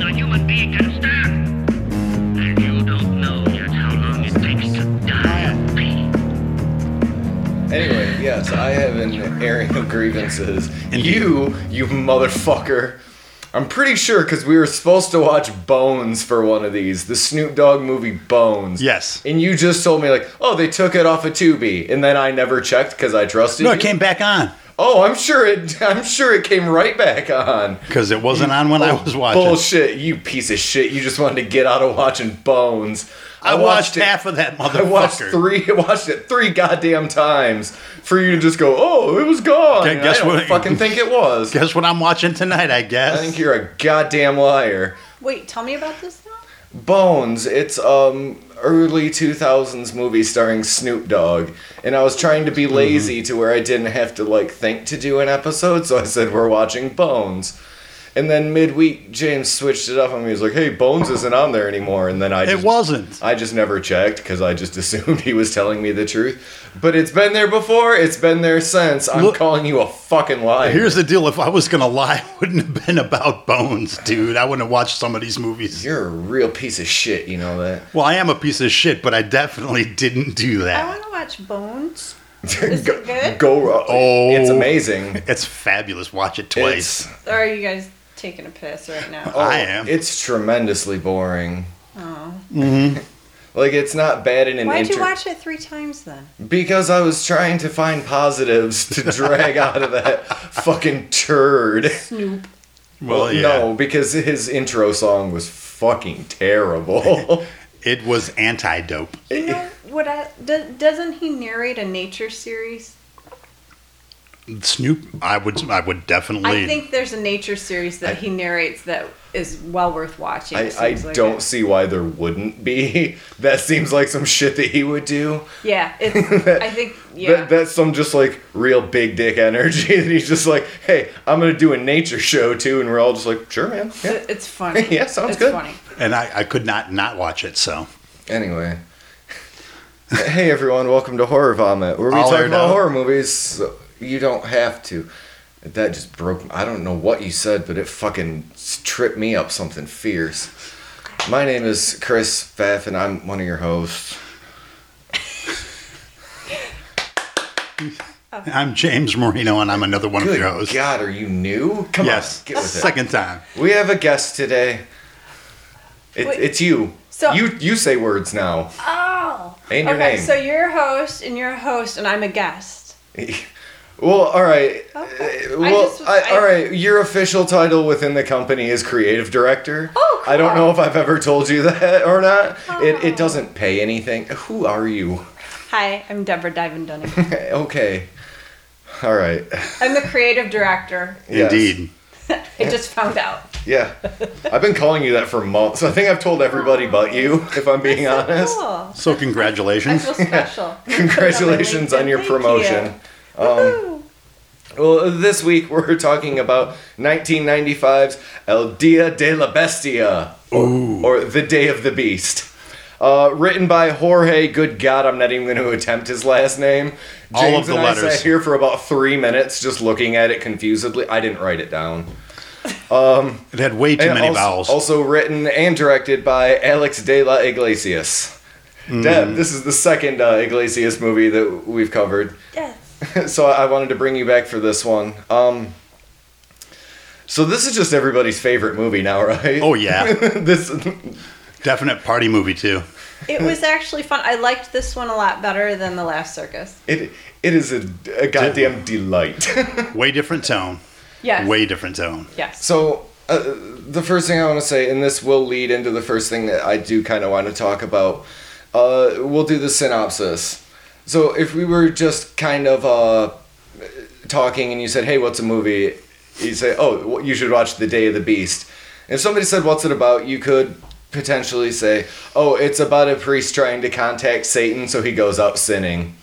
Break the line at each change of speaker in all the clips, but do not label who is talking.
we can start. And you don't know yet how long it takes to die of pain.
Anyway, yes, I have an airing of grievances. You, you motherfucker. I'm pretty sure because we were supposed to watch Bones for one of these, the Snoop Dogg movie Bones.
Yes.
And you just told me like, oh, they took it off of Tubi, and then I never checked because I trusted.
No,
you.
it came back on
Oh, I'm sure it. I'm sure it came right back on. Oh,
because it wasn't on when I was watching.
Bullshit, you piece of shit. You just wanted to get out of watching Bones.
I, watched, half of that motherfucker.
I watched three. Watched it three goddamn times for you to just go. Oh, it was gone.
Okay,
And
guess
I don't
what-
fucking think it was.
Guess what I'm watching tonight? I guess.
I think you're a goddamn liar.
Wait, tell me about this now.
Bones. It's um early 2000s movie starring Snoop Dogg, and I was trying to
Mm-hmm.
be lazy to where I didn't have to like think to do an episode, so I said we're watching Bones. And then midweek, James switched it up on me. He was like, "Hey, Bones isn't on there anymore." And then I just,
it wasn't.
I just never checked because I just assumed he was telling me the truth. But it's been there before. It's been there since. I'm
Look-
calling you a fucking liar.
Here's the deal: if I was gonna lie, it wouldn't have been about Bones, dude. I wouldn't have watched some of these movies.
You're a real piece of shit. You know that.
Well, I am a piece of shit, but I definitely didn't do
I
that.
want to watch Bones. Is it good?
go. uh,
Oh.
it's amazing.
It's fabulous. Watch it twice.
It's,
Or are you guys taking a piss right now?
oh,
I am.
It's tremendously boring.
Oh.
Like it's not bad in an
Why'd you
inter-
watch it three times then?
because I was trying to find positives to drag out of that fucking turd.
Snoop.
well, yeah.
no, because his intro song was fucking terrible.
It was anti-dope.
You know what? I, do, doesn't he narrate a nature series?
Snoop, I would, I would definitely.
I think there's a nature series that he narrates that is well worth watching.
I,
it
I
seems like
don't
it.
see why there wouldn't be. That seems like some shit that he would do.
Yeah, it's, I think yeah.
That, that's some just like real big dick energy that he's just like, hey, I'm gonna do a nature show too, and we're all just like, sure, man. Yeah.
It- It's funny.
Yeah, sounds
it's
good.
Funny.
and I, I could not not watch it. So
Anyway. hey everyone, welcome to Horror Vomit, where we
All
talk
aired
about
out.
horror movies. So you don't have to. That just broke. I don't know what you said, but it fucking s- tripped me up something fierce. My name is Chris Pfaff, and I'm one of your hosts.
I'm James Marino, and I'm another one of
Oh. Good
your hosts.
God, are you new? Come
Yes,
on, get with it.
second time.
We have a guest today. It,
Wait.
it's you.
So-
you you say words now.
Oh.
And your
okay,
name.
so you're a host, and you're a host, and I'm a guest.
Well, all right.
Okay.
Uh,
I
Well,
just-
I-
I-
all right. Your official title within the company is creative director.
Oh,
I don't
cool. Oh.
know if I've ever told you that or not. It it doesn't pay anything. Who are you?
Hi, I'm Deborah Diven Dunning.
okay. All right.
I'm the creative director.
Yes.
Indeed.
I just found out.
Yeah. I've been calling you that for months. I think I've told everybody but you, if I'm being honest.
Oh. Cool.
So
Oh, I
congratulations.
feel special.
Congratulations on your
Thank you.
promotion. Um,
Woohoo.
Well, this week we're talking about 1995's El Dia de la Bestia,
Ooh.
or The Day of the Beast. Uh, written by Jorge, good God, I'm not even going to attempt his last name.
All of the
and I
letters.
sat here for about three minutes just looking at it confusedly. I didn't write it down.
It had way too
And
many
also,
vowels.
Also written and directed by Alex de la Iglesias.
Mm.
Deb, this is the second uh, Iglesias movie that we've covered.
Yes.
so I wanted to bring you back for this one. Um, so this is just everybody's favorite movie now, right?
oh yeah,
this
definite party movie too.
It was actually fun. I liked this one a lot better than the last circus.
it it is a, a goddamn delight.
Way different tone.
Yes.
Way different tone.
Yes.
so uh, the first thing I want to say, and this will lead into the first thing that I do kind of want to talk about. Uh, we'll do the synopsis. So if we were just kind of uh, talking and you said, "Hey, what's a movie?" You say, "Oh, wh- you should watch The Day of the Beast." If somebody said, "What's it about?" you could potentially say, "Oh, it's about a priest trying to contact Satan, so he goes out sinning."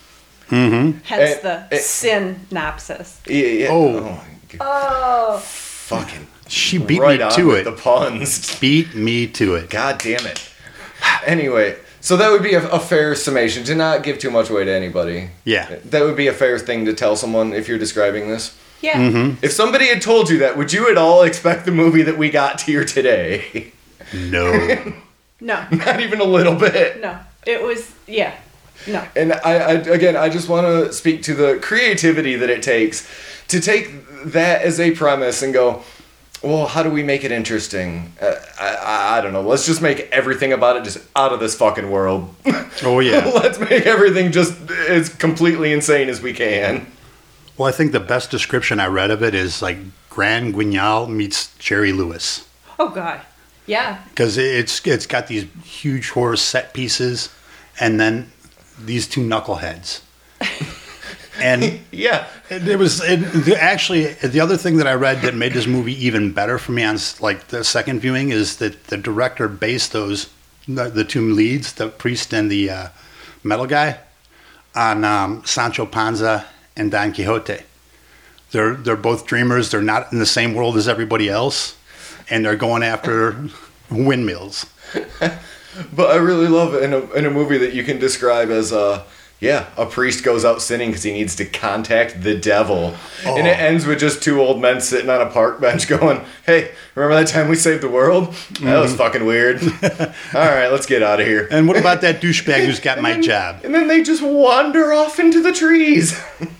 Hence
eh,
the
eh.
synopsis.
Yeah, yeah.
Oh.
my God.
Oh.
fucking
She beat
right
me
on
to
with
it.
The puns.
beat me to it.
God damn it. Anyway, so that would be a, a fair summation. Do not give too much away to anybody.
Yeah.
That would be a fair thing to tell someone if you're describing this.
Yeah.
Mm-hmm. If somebody had told you that, would you at all expect the movie that we got here today?
No.
No,
Not even a little bit.
no. It was yeah. No.
And I, I again, I just want to speak to the creativity that it takes to take that as a premise and go, well, how do we make it interesting? Uh, I, I, I don't know. Let's just make everything about it just out of this fucking world.
Oh yeah.
Let's make everything just as completely insane as we can.
Well, I think the best description I read of it is like Grand Guignol meets Jerry Lewis
Oh God. Yeah.
because it's it's got these huge horror set pieces, and then these two knuckleheads, and
Yeah.
And It was it, the, actually the other thing that I read that made this movie even better for me on s- like the second viewing is that the director based those the, the two leads, the priest and the uh, metal guy, on um, Sancho Panza and Don Quixote. They're they're both dreamers. They're not in the same world as everybody else, and they're going after windmills.
But I really love it in a, in a movie that you can describe as a yeah, a priest goes out sinning because he needs to contact the devil, and it
Oh.
ends with just two old men sitting on a park bench going, "Hey, remember that time we saved the world? That
Mm-hmm.
was fucking weird. All right, let's get out of here."
And what about that douchebag who's got my job?
And then they just wander off into the trees.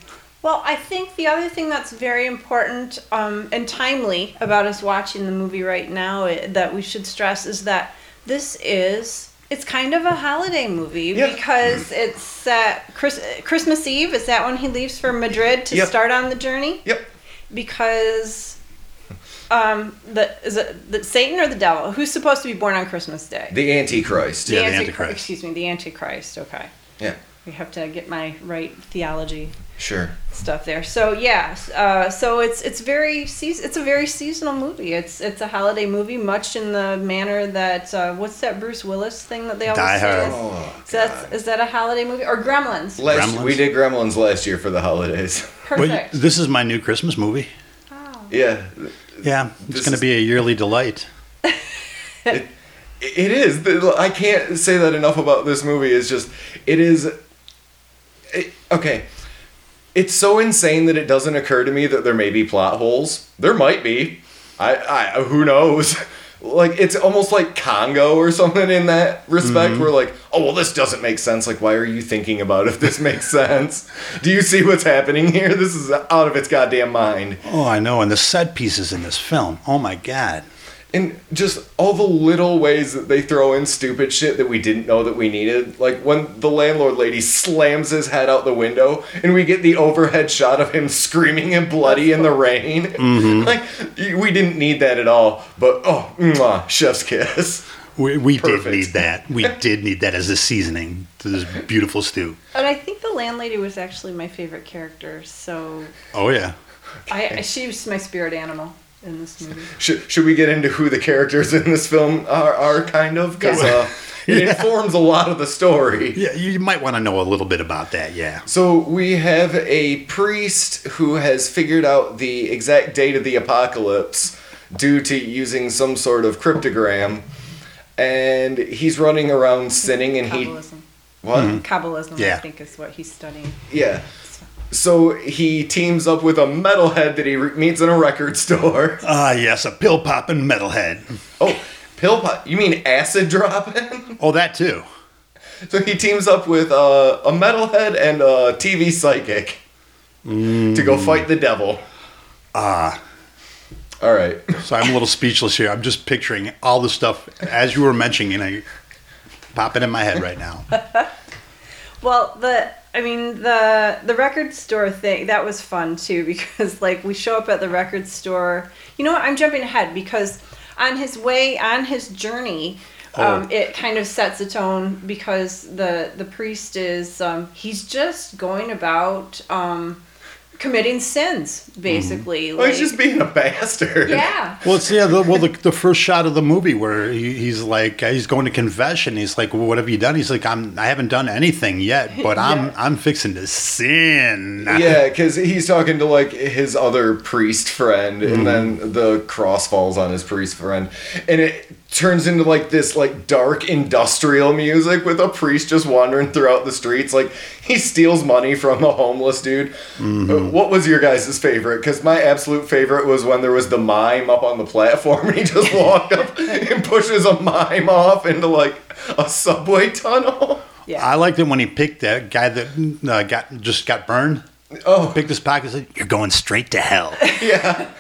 Well, I think the other thing that's very important um, and timely about us watching the movie right now i- that we should stress is that this is it's kind of a holiday movie
Yeah.
because it's uh, Chris- Christmas Eve. Is that when he leaves for Madrid to
Yep.
start on the journey?
yep.
Because um, the is it the Satan or the devil? Who's supposed to be born on Christmas Day?
The Antichrist.
Yeah, the
Anti-
Antichrist.
Excuse me, the Antichrist. Okay,
Yeah.
we have to get my right theology
Sure.
stuff there. So yeah, uh, so it's it's very seas- it's a very seasonal movie. It's it's a holiday movie, much in the manner that uh, what's that Bruce Willis thing that they always
Die Hard.
say? Is,
Oh,
is that is that a holiday movie or Gremlins?
Last,
Gremlins?
we did Gremlins last year for the holidays.
Well,
Perfect.
this is my new Christmas movie.
yeah.
Yeah,
This
it's going
is-
to be a yearly delight.
It is. The- I can't say that enough about this movie. It's just, it is. It, okay. It's so insane that it doesn't occur to me that there may be plot holes. There might be. I, I who knows? Like it's almost like Congo or something in that respect. Where like, oh well, this doesn't make sense. Like, why are you thinking about if this makes sense? Do you see what's happening here? This is out of its goddamn mind.
Oh, I know. And the set pieces in this film. Oh my God.
and just all the little ways that they throw in stupid shit that we didn't know that we needed like when the landlord lady slams his head out the window and we get the overhead shot of him screaming and bloody in the rain like y- we didn't need that at all but oh mwah, chef's kiss
We, we did
Perfect.
need that. We did need that as a seasoning to this beautiful stew.
And I think the landlady was actually my favorite character. So
Oh yeah.
I, I she was my spirit animal in this movie.
should, should we get into who the characters in this film are, are kind of because uh, it informs a lot of the story
Yeah, you might want to know a little bit about that. Yeah.
So we have a priest who has figured out the exact date of the apocalypse due to using some sort of cryptogram, and he's running around sinning and he
Kabbalism.
what?
Mm-hmm. Kabbalism, I
Yeah.
think, is what he's studying.
Yeah. So he teams up with a metalhead that he re- meets in a record store.
Ah, yes, a pill popping metalhead.
Oh, pill pot? You mean acid dropping?
Oh, that too.
so he teams up with uh, a metalhead and a TV psychic to go fight the devil.
Ah.
All right.
So I'm a little speechless here. I'm just picturing all the stuff as you were mentioning, and I popping in my head right now.
Well, the I mean the the record store thing that was fun too because like we show up at the record store. You know what? I'm jumping ahead because on his way on his journey, um, it kind of sets a tone because the the priest is um, he's just going about um, committing sins basically.
Well, Oh, he's
like-
just being a bastard.
yeah.
Well, it's yeah. The, well, the, the first shot of the movie where he, he's like, uh, he's going to confession. He's like, well, "What have you done?" He's like, "I'm, I haven't done anything yet, but I'm, I'm fixing to sin."
Yeah, because he's talking to like his other priest friend, and then the cross falls on his priest friend, and it turns into like this like dark industrial music with a priest just wandering throughout the streets like he steals money from a homeless dude Uh, what was your guys' favorite because my absolute favorite was when there was the mime up on the platform and he just walked up and pushes a mime off into like a subway tunnel
Yeah.
I liked it when he picked that guy that uh, got just got burned.
oh
Picked his pocket. Said, "You're going straight to hell."
yeah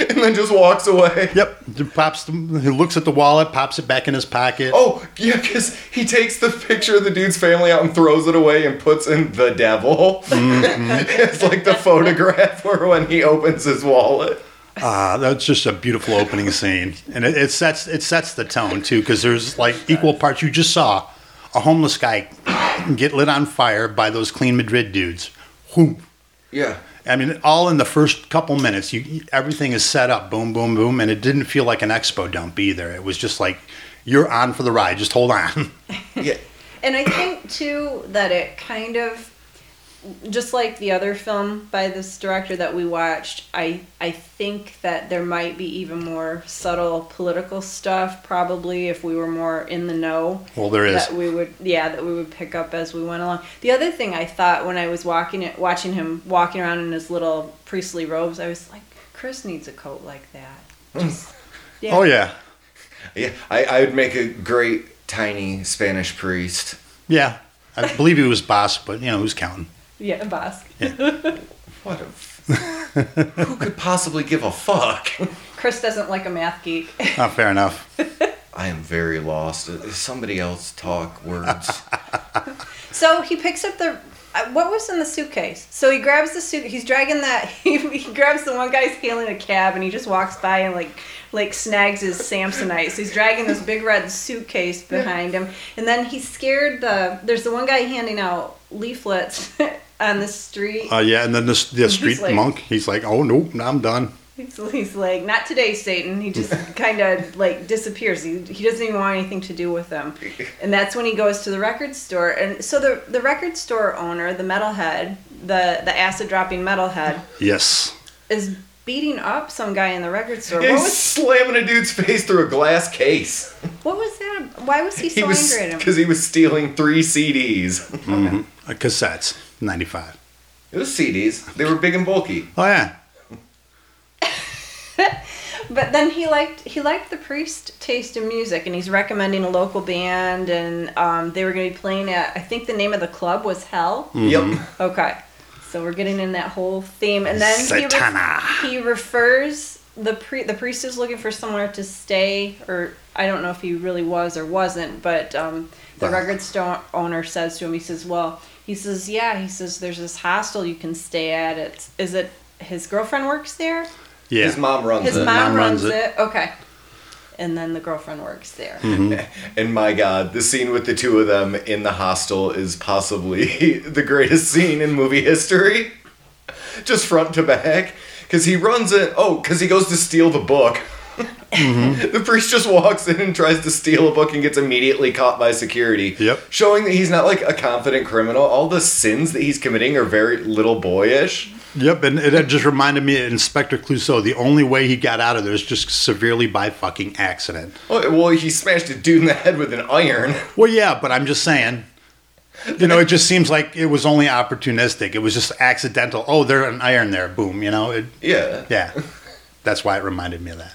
and then just walks away
yep. He pops. The, he looks at the wallet. Pops it back in his pocket.
Oh, yeah, because he takes the picture of the dude's family out and throws it away and puts in the devil. it's like the photograph where when he opens his wallet.
Ah, that's just a beautiful opening scene, and it, it sets it sets the tone too, because there's like equal parts. You just saw a homeless guy get lit on fire by those clean Madrid dudes. Who?
Yeah.
I mean, all in the first couple minutes, you everything is set up, boom, boom, boom, and it didn't feel like an expo dump either. It was just like you're on for the ride. Just hold on.
Yeah.
And I think too that it kind of just like the other film by this director that we watched, I I think that there might be even more subtle political stuff probably if we were more in the know.
Well, there is.
That we would yeah, that we would pick up as we went along. The other thing I thought when I was walking it watching him walking around in his little priestly robes, I was like, Chris needs a coat like that. Just- yeah.
Hmm. Oh yeah,
Yeah. I, I would make a great tiny Spanish priest.
yeah. I believe he was boss, but you know who's counting?
Yeah, boss.
What a. Who could possibly give a fuck?
Chris doesn't like a math geek.
Not Ah, fair enough.
I am very lost. Uh, Somebody else talk words.
So he picks up the. uh, What was in the suitcase? So he grabs the suit. He's dragging that. He, he grabs the one guy's hailing a cab, and he just walks by and like like snags his Samsonite. So he's dragging this big red suitcase behind him, and then he's scared. The there's the one guy handing out leaflets on the street.
Uh, yeah, and then the, the street
like-
monk, he's like, "Oh nope, I'm done."
He's, he's like, not today, Satan. He just kind of like disappears. He, he doesn't even want anything to do with them. And that's when he goes to the record store. And so the the record store owner, the metalhead, the the acid dropping metalhead,
Yes.
is beating up some guy in the record store. What
He's
was
slamming a dude's face through a glass case.
what was that? Why was he so
He was
angry at him?
because he was stealing three CDs.
Uh, cassettes, 95.
It was CDs. They were big and bulky.
Oh, yeah.
But then he liked he liked the priest taste in music, and he's recommending a local band, and um, they were going to be playing at I think the name of the club was Hell.
Mm-hmm.
Yep.
Okay. So we're getting in that whole theme, and then he, ref-
Satana.
he refers the pre the priest is looking for somewhere to stay, or I don't know if he really was or wasn't, but um, the
Well-
record store owner says to him, he says, "Well, he says, yeah, he says there's this hostel you can stay at. It's is it his girlfriend works there?
Yeah.
His mom runs
His
it.
mom,
mom
runs,
runs
it.
it. Hmm.
Okay." And then the girlfriend works there.
And my god, the scene with the two of them in the hostel is possibly the greatest scene in movie history. Just front to back. Because he runs in. Oh, because he goes to steal the book.
Mm-hmm.
the priest just walks in and tries to steal a book and gets immediately caught by security.
Yep.
Showing that he's not like a confident criminal. All the sins that he's committing are very little boyish.
Yep, and it had just reminded me of Inspector Clouseau. The only way he got out of there is just severely by fucking accident.
Oh, Well, he smashed a dude in the head with an iron.
Well, yeah, but I'm just saying. You know, it just seems like it was only opportunistic. It was just accidental. Oh, there an iron there. Boom. You know, it,
Yeah.
yeah. That's why it reminded me of that.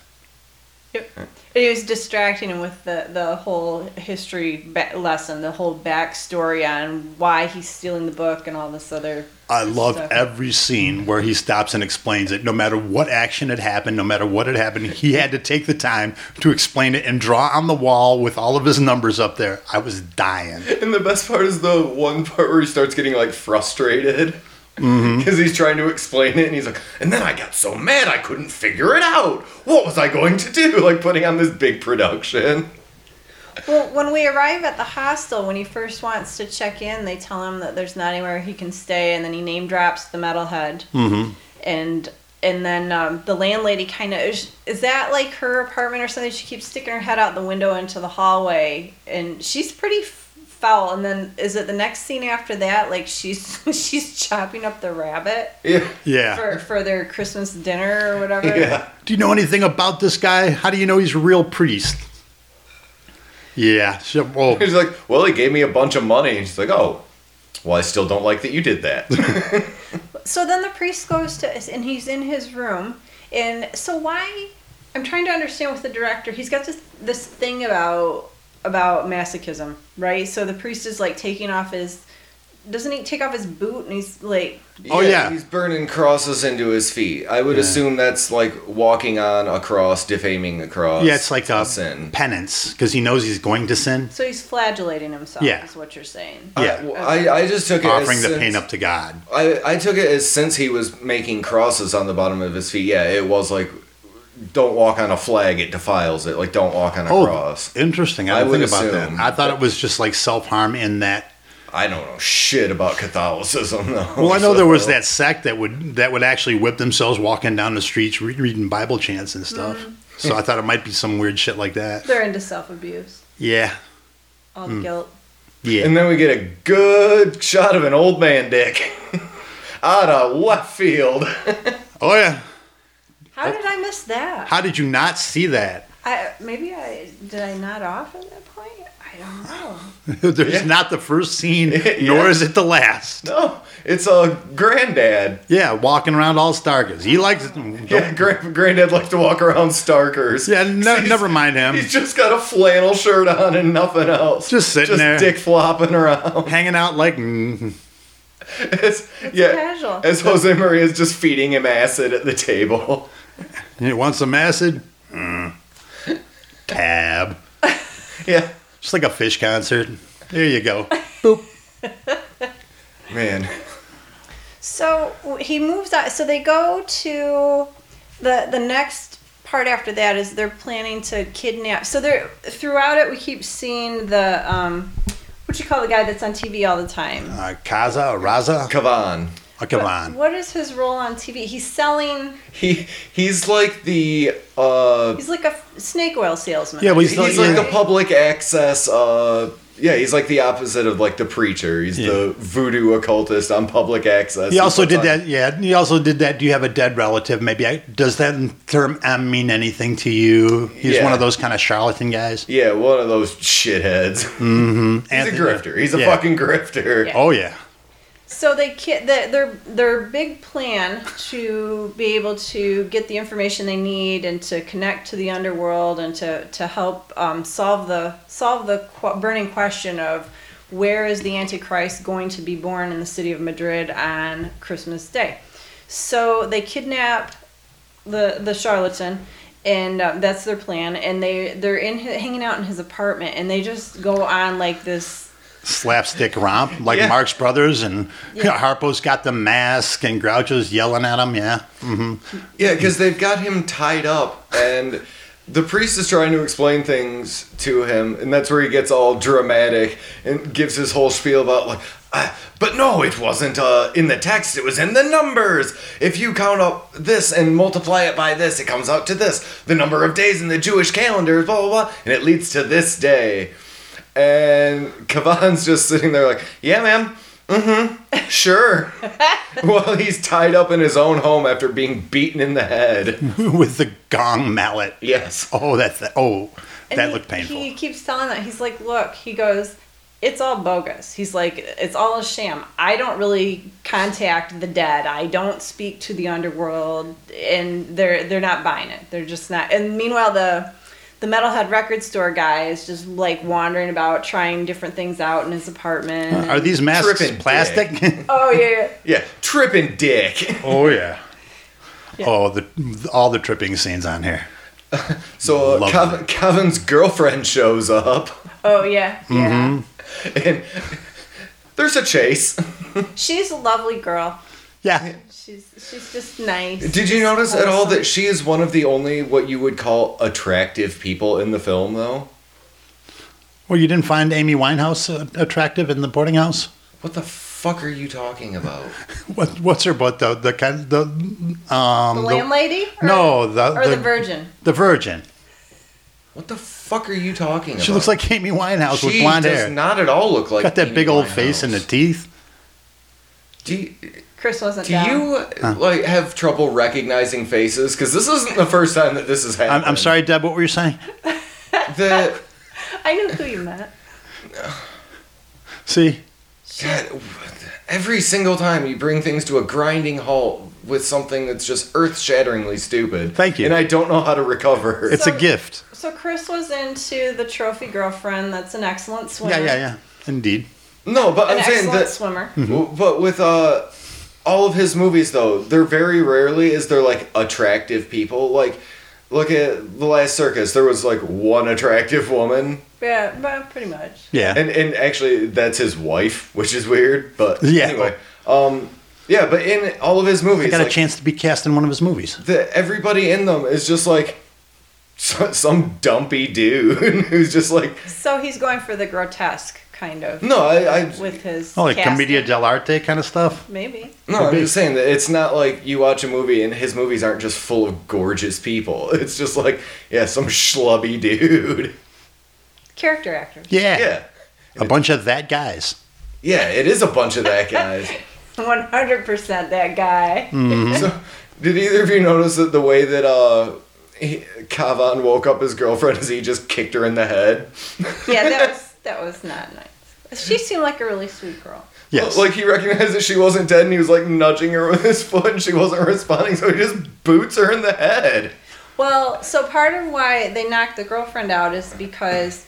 Yep. And he was distracting him with the, the whole history ba- lesson, the whole backstory on why he's stealing the book and all this other.
I love
stuff.
every scene where he stops and explains it. No matter what action had happened, no matter what had happened, he had to take the time to explain it and draw on the wall with all of his numbers up there. I was dying.
And the best part is the one part where he starts getting like frustrated
Mm-hmm.
because he's trying to explain it, and he's like, "And then I got so mad I couldn't figure it out. What was I going to do? Like putting on this big production."
Well, when we arrive at the hostel, when he first wants to check in, they tell him that there's not anywhere he can stay, and then he name drops the metalhead. Mm-hmm. And and then um, the landlady kind of is, is that like her apartment or something? She keeps sticking her head out the window into the hallway, and she's pretty f- foul. And then is it the next scene after that? Like she's she's chopping up the rabbit
Yeah,
Yeah.
for for their Christmas dinner or whatever.
yeah.
do you know anything about this guy? How do you know he's a real priest? Yeah. She, well,
He's like, well, he gave me a bunch of money. And she's like, oh, well, I still don't like that you did that.
So then the priest goes to, and he's in his room. And so why? I'm trying to understand with the director. He's got this this thing about about masochism, right? So the priest is like taking off his, doesn't he take off his boot? And he's like,
Oh, yeah.
He's burning crosses into his feet. I would assume that's like walking on a cross, defaming a cross.
yeah, it's like a
sin.
penance because he knows he's going to sin,
so he's flagellating himself.
Yeah.
is what you're saying.
I-
Yeah.
well, I, I just took it
offering
as
the
since-
pain up to God.
I, I took it as since he was making crosses on the bottom of his feet. Yeah, it was like, don't walk on a flag; it defiles it. Like, don't walk on a
Oh,
cross.
interesting. I
I
didn't
would
think about
assume.
that. I thought it was just like self harm in that.
I don't know shit about Catholicism, though.
Well, I know there was
Oh, so-
that sect that would that would actually whip themselves walking down the streets re- reading Bible chants and stuff.
Mm-hmm.
So I thought it might be some weird shit like that.
They're into self abuse,
Yeah.
all
Hmm.
the guilt.
Yeah.
And then we get a good shot of an old man dick out of left field.
oh yeah.
How did I miss that?
How did you not see that?
I maybe I did I not off at that point. I don't know.
There's
Yeah.
not the first scene,
Yeah.
nor is it the last.
no, Oh, it's a granddad.
Yeah, walking around all Stargazers. He likes it.
Yeah, grand, granddad likes to walk around Starkers.
Yeah, no, never mind him.
He's just got a flannel shirt on and nothing else.
Just sitting there.
dick flopping around.
Hanging out like. Mm,
It's, yeah,
casual.
As Jose Maria is just feeding him acid at the table.
you want some acid? Mm. Tab.
Yeah,
Just like a fish concert. There you go.
man.
So he moves on. So they go to the the next part after that is they're planning to kidnap. So they're throughout it we keep seeing the um, what you call the guy that's on TV all the time.
Uh, Kaza or Raza?
Kavan.
Oh, come
What-
on.
What is his role on TV? He's selling.
He he's like the uh
He's like a f- snake oil salesman.
Yeah, well,
he's,
He's
like,
like- yeah.
the public access uh yeah, he's like the opposite of like the preacher. He's
Yeah.
the voodoo occultist on public access.
He also
puts
did
on-
that. Yeah, he also did that. Do you have a dead relative? Maybe I, does that term "M" mean anything to you? He's
Yeah.
one of those kind of charlatan guys.
Yeah, one of those shitheads. He's a
Anthony-
grifter. He's a
yeah.
fucking grifter.
Yeah.
Oh yeah.
So they ki- the, their their big plan to be able to get the information they need and to connect to the underworld and to to help um, solve the solve the qu- burning question of where is the Antichrist going to be born in the city of Madrid on Christmas Day. So they kidnap the the charlatan. And um, that's their plan, and they they're in hi- hanging out in his apartment, and they just go on like this
slapstick romp like
Yeah.
Marx Brothers and
Yeah.
Harpo's got the mask and Groucho's yelling at him. Yeah, Mm-hmm.
Yeah, because they've got him tied up, and the priest is trying to explain things to him, and that's where he gets all dramatic and gives his whole spiel about like, I, but no, it wasn't uh, in the text; it was in the numbers. If you count up this and multiply it by this, it comes out to this. The number of days in the Jewish calendar, is blah blah blah, and it leads to this day. And Kavan's just sitting there like, yeah, ma'am. Mm-hmm. Sure. Well, he's tied up in his own home after being beaten in the head.
with the gong mallet.
Yes.
Oh, that's that. Oh,
And
that
he-
looked painful.
He keeps telling that he's like, look, he goes, it's all bogus. He's like, it's all a sham. I don't really contact the dead. I don't speak to the underworld, and they're they're not buying it. They're just not. And meanwhile, the the metalhead record store guy is just like wandering about, trying different things out in his apartment.
Are these masks
Trippin'
plastic?
oh yeah, yeah.
Yeah. Tripping dick.
oh yeah.
Yeah.
Oh, the all the tripping scenes on here.
So uh,
Love
Cav- Kevin's girlfriend shows up,
oh yeah, yeah.
Mm-hmm.
and there's a chase.
She's a lovely girl.
Yeah,
She's she's just nice.
Did you notice at all
wholesome.
that she is one of the only what you would call attractive people in the film, though?
Well, you didn't find Amy Winehouse uh, attractive in the boarding house.
What the fuck are you talking about?
What, what's her butt though? The kind the um
the
the-
landlady? Or-
no the
or the,
the,
virgin.
the virgin.
What the fuck are you talking about?
She looks like Amy Winehouse with
She
blonde
does
hair.
not at all look like
got that
Amy
big old face
Winehouse.
and the teeth.
Do you,
Chris wasn't.
do
down.
you like have trouble recognizing faces? Because this isn't the first time that this has happened.
I'm, I'm sorry, Deb. What were you saying?
The
I know who you meant.
See,
God, every single time you bring things to a grinding halt with something that's just earth-shatteringly stupid.
Thank you.
And I don't know how to recover.
it's
So-
a gift.
So Chris was into the trophy girlfriend. That's an excellent swimmer.
Yeah, yeah, yeah. Indeed.
no, but
An
I'm saying
excellent
that.
swimmer.
Hmm. Mm-hmm.
W- But with uh, all of his movies, though, they're very rarely is there like attractive people. Like, look at the Last Circus. There was like one attractive woman,
Yeah, but pretty much.
Yeah.
and and actually that's his wife, which is weird. But
Yeah.
anyway, um, yeah. But in all of his
I
movies,
got a
like,
chance to be cast in one of his movies.
the, everybody in them is just like so, some dumpy dude who's just like,
So he's going for the grotesque kind of
no, I, I
with his
Oh, like
casting.
Commedia dell'arte kind of stuff.
Maybe.
No, I'm
Could be.
just saying that it's not like you watch a movie and his movies aren't just full of gorgeous people. It's just like, yeah, some schlubby dude.
Character actors.
Yeah.
Yeah.
A bunch of that guys.
Yeah, it is a bunch of that guys.
One hundred percent that guy.
Hmm.
so, did either of you notice that the way that uh he, Kavan woke up his girlfriend is he just kicked her in the head?
Yeah, that was that was not nice. She seemed like a really sweet girl.
Yes.
Like he recognized that she wasn't dead and he was like nudging her with his foot and she wasn't responding, so he just boots her in the head.
Well, so part of why they knocked the girlfriend out is because,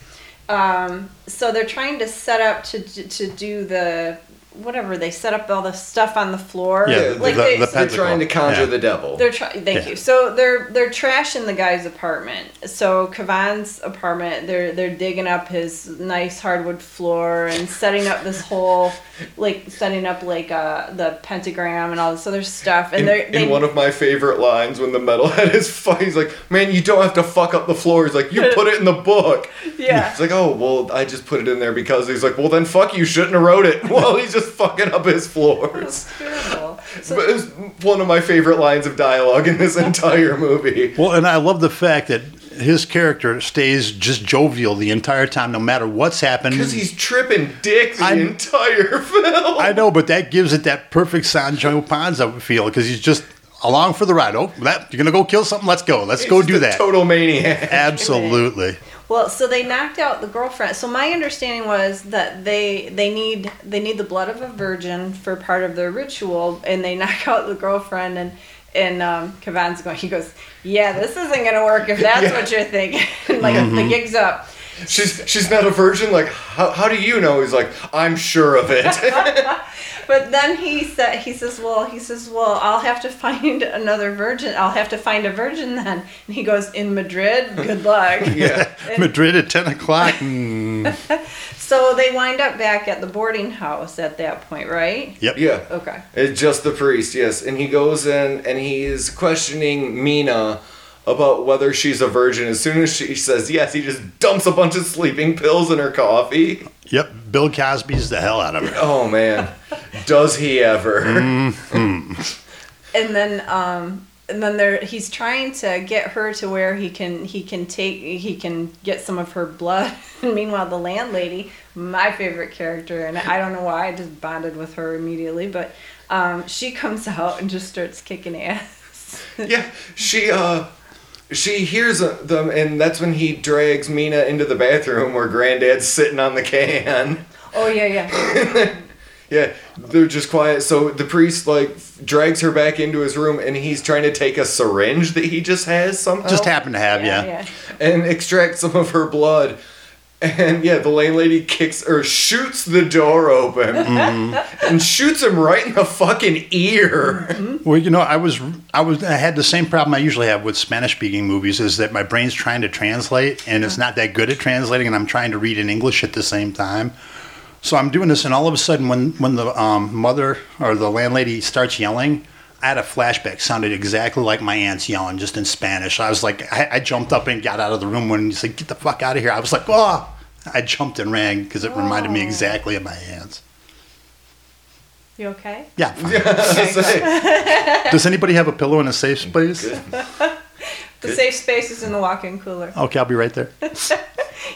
um, so they're trying to set up to to do the whatever they set up all the stuff on the floor.
Yeah, the-
like
the-
they,
the
They're
pet- Pentacle.
trying to conjure
Yeah.
the devil.
they're trying. Thank
Yeah.
you. So they're they're trashing the guy's apartment. So Kavan's apartment. They're they're digging up his nice hardwood floor and setting up this whole like setting up like uh the pentagram and all this other stuff. And
in,
they're they,
in one of my favorite lines when the metalhead is fighting, he's like, "Man, you don't have to fuck up the floor." He's like, "You put it in the book."
Yeah.
He's like, "Oh well, I just put it in there because." He's like, "Well, then fuck you, shouldn't have wrote it." Well, he's just fucking up his floors.
That's terrible. So
But it was one of my favorite lines of dialogue in this entire movie.
Well, and I love the fact that his character stays just jovial the entire time, no matter what's happened.
Because he's tripping dick the
I-
entire film.
I know, but that gives it that perfect Sancho Panza feel because he's just along for the ride. Oh, that you're gonna go kill something? Let's go. Let's
He's
go
just
do
a
that.
Total maniac.
Absolutely.
Well, so they knocked out the girlfriend. So my understanding was that they they need they need the blood of a virgin for part of their ritual, and they knock out the girlfriend and. And um, Kavan's going. He goes, "Yeah, this isn't gonna work if that's
Yeah.
what you're thinking. like
Mm-hmm.
the gig's up."
She's she's not a virgin. Like, how, how do you know? He's like, I'm sure of it.
But then he said, "He says, well, he says, well, I'll have to find another virgin. I'll have to find a virgin then." And he goes, "In Madrid, good luck."
yeah.
Madrid at ten o'clock. Mm,
So they wind up back at the boarding house at that point, right?
yep.
Yeah.
Okay.
It's just the priest, yes. And he goes in and he's questioning Mina about whether she's a virgin. As soon as she says yes, he just dumps a bunch of sleeping pills in her coffee.
Yep. Bill Cosby's the hell out of her.
Oh man. Does he
Mm.
ever?
and then um and then there he's trying to get her to where he can he can take he can get some of her blood and meanwhile the landlady my favorite character and i don't know why i just bonded with her immediately but um she comes out and just starts kicking ass
yeah. She uh she hears uh, them and that's when he drags Mina into the bathroom where granddad's sitting on the can.
oh yeah yeah
Yeah, they're just quiet. So the priest like f- drags her back into his room, and he's trying to take a syringe that he just has somehow.
Just happened to have
yeah
yeah.
yeah
and extract some of her blood. And yeah, the landlady kicks or shoots the door open
Mm-hmm.
and shoots him right in the fucking ear.
Well, you know, I was I was I had the same problem I usually have with Spanish speaking movies is that my brain's trying to translate and it's not that good at translating, and I'm trying to read in English at the same time. So I'm doing this, and all of a sudden, when when the um, mother or the landlady starts yelling, I had a flashback. Sounded exactly like my aunt's yelling, just in Spanish. I was like, I, I jumped up and got out of the room when she said, "Get the fuck out of here!" I was like, "Oh!" I jumped and ran because it reminded me exactly of my aunt's.
you okay
Yeah. fine.
So, hey,
Does anybody have a pillow in a safe space?
the safe space is in the walk-in cooler
Okay, I'll be right there.
you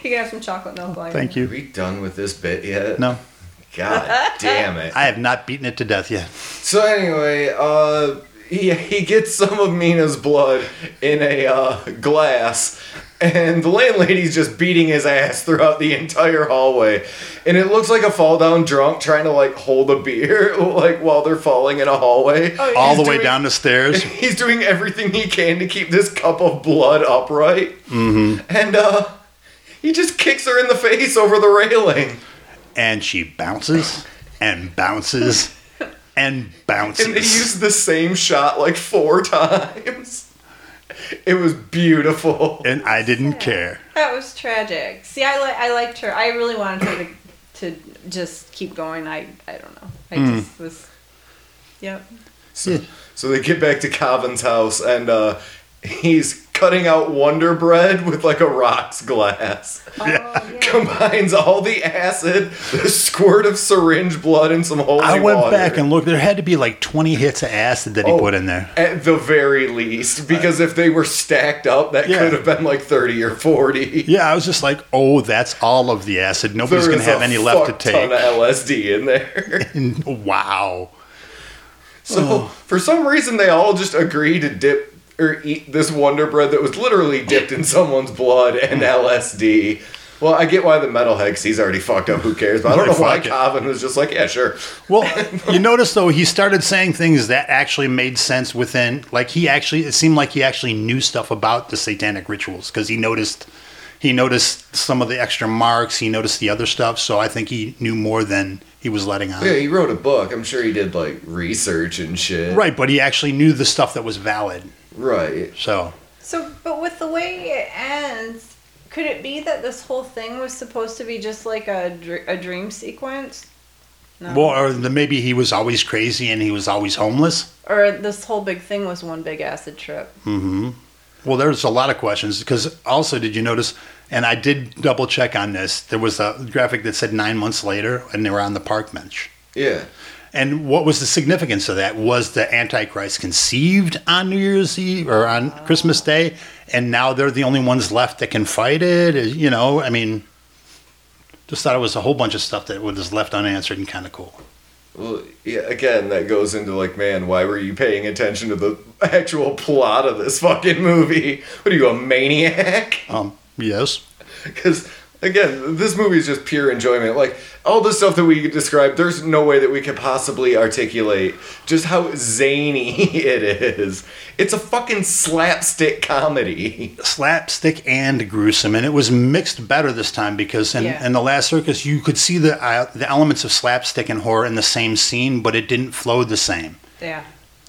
can have some chocolate milk while you're
Thank
Are
you.
we done with this bit yet?
No,
God damn it.
I have not beaten it to death yet.
So anyway, uh, he he gets some of Mina's blood in a uh, glass, and the landlady's just beating his ass throughout the entire hallway. And it looks like a fall down drunk trying to like hold a beer like while they're falling in a hallway.
Oh,
all
He's
the way
doing-
down the stairs.
He's doing everything he can to keep this cup of blood upright. Mm-hmm. And uh he just kicks her in the face over the railing.
and she bounces and bounces and bounces.
And they used the same shot like four times. It was beautiful.
And I didn't care.
That was tragic. See, I li- I liked her. I really wanted her to, to just keep going. I I don't know. I just was. Yep.
So, so they get back to Covin's house, and uh, he's cutting out Wonder Bread with like a rocks glass.
Oh, yeah.
Combines all the acid, the squirt of syringe blood, and some holy
I went
water.
back and looked. There had to be like 20 hits of acid that he
Oh.
put in there.
At the very least, because if they were stacked up, that
Yeah.
could have been like 30 or 40.
Yeah, I was just like, oh, that's all of the acid. Nobody's
There
going to
is
have
a
any left to
fuck Ton of
take.
LSD in there.
wow.
So
Oh.
for some reason, they all just agree to dip or eat this Wonder Bread that was literally dipped in someone's blood
Hmm.
and LSD. Well, I get why the metalhead, 'cause he's already fucked up. Who cares? But I don't
Like,
know why
fuck it.
Calvin was just like, yeah, sure.
Well, you notice though, he started saying things that actually made sense within, like, he actually, it seemed like he actually knew stuff about the satanic rituals because he noticed. He noticed some of the extra marks. He noticed the other stuff, so I think he knew more than he was letting on.
Yeah, he wrote a book. I'm sure he did like research and shit.
Right, but he actually knew the stuff that was valid.
Right.
So
So, but with the way it ends, could it be that this whole thing was supposed to be just like a dr- a dream sequence? No.
Well, uh or the, maybe he was always crazy and he was always homeless.
or this whole big thing was one big acid trip.
Well, there's a lot of questions because also, did you notice? And I did double check on this. There was a graphic that said nine months later, and they were on the park bench.
Yeah.
And what was the significance of that? Was the Antichrist conceived on New Year's Eve or on Christmas Day, and now they're the only ones left that can fight it? Is- You know, I mean, just thought it was a whole bunch of stuff that was just left unanswered and kind of cool.
Well, yeah, again, that goes into like, man, why were you paying attention to the actual plot of this fucking movie? What are you, a maniac?
Um, yes.
Because again, this movie is just pure enjoyment. Like all the stuff that we described, there's no way that we could possibly articulate just how zany it is. It's a fucking slapstick comedy.
slapstick and gruesome, and it was mixed better this time because in,
Yeah.
in the last circus you could see the uh, the elements of slapstick and horror in the same scene, but it didn't flow the same.
Yeah.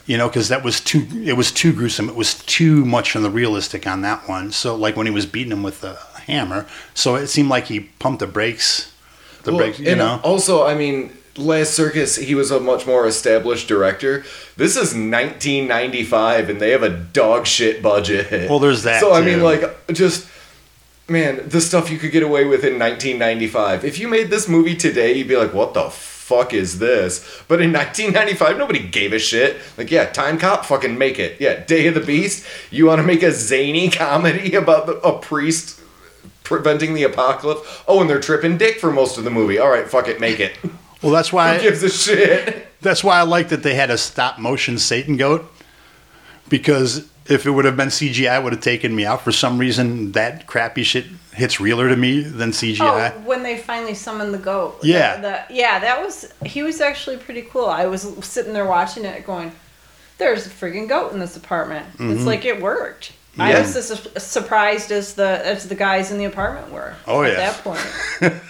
You know, because that was too it was too gruesome. It was too much on the realistic on that one. So like when he was beating him with the hammer, so it seemed like he pumped the brakes. The
Well,
brakes, you
and
know.
Also, I mean. Last Circus, he was a much more established director. This is 1995, and they have a dog shit budget.
Well, there's that,
So I mean,
too.
like, just man, the stuff you could get away with in 1995. If you made this movie today, you'd be like, what the fuck is this? But in 1995, nobody gave a shit. Like, yeah, Time Cop, fucking make it. Yeah, Day of the Beast, you want to make a zany comedy about the, a priest preventing the apocalypse? Oh, and they're tripping dick for most of the movie. All right, fuck it, make it. Who
Well, that's why
gives a shit?
That's why I like that they had a stop motion Satan goat because if it would have been CGI, it would have taken me out. For some reason, that crappy shit hits realer to me than CGI.
Oh, when they finally summoned the goat.
Yeah.
The- the- yeah, that was he was actually pretty cool. I was sitting there watching it, going, "There's a friggin' goat in this apartment."
Mm-hmm.
It's like it worked. I
Yeah.
was as su- surprised as the as the guys in the apartment were.
Oh,
at
yeah.
that point,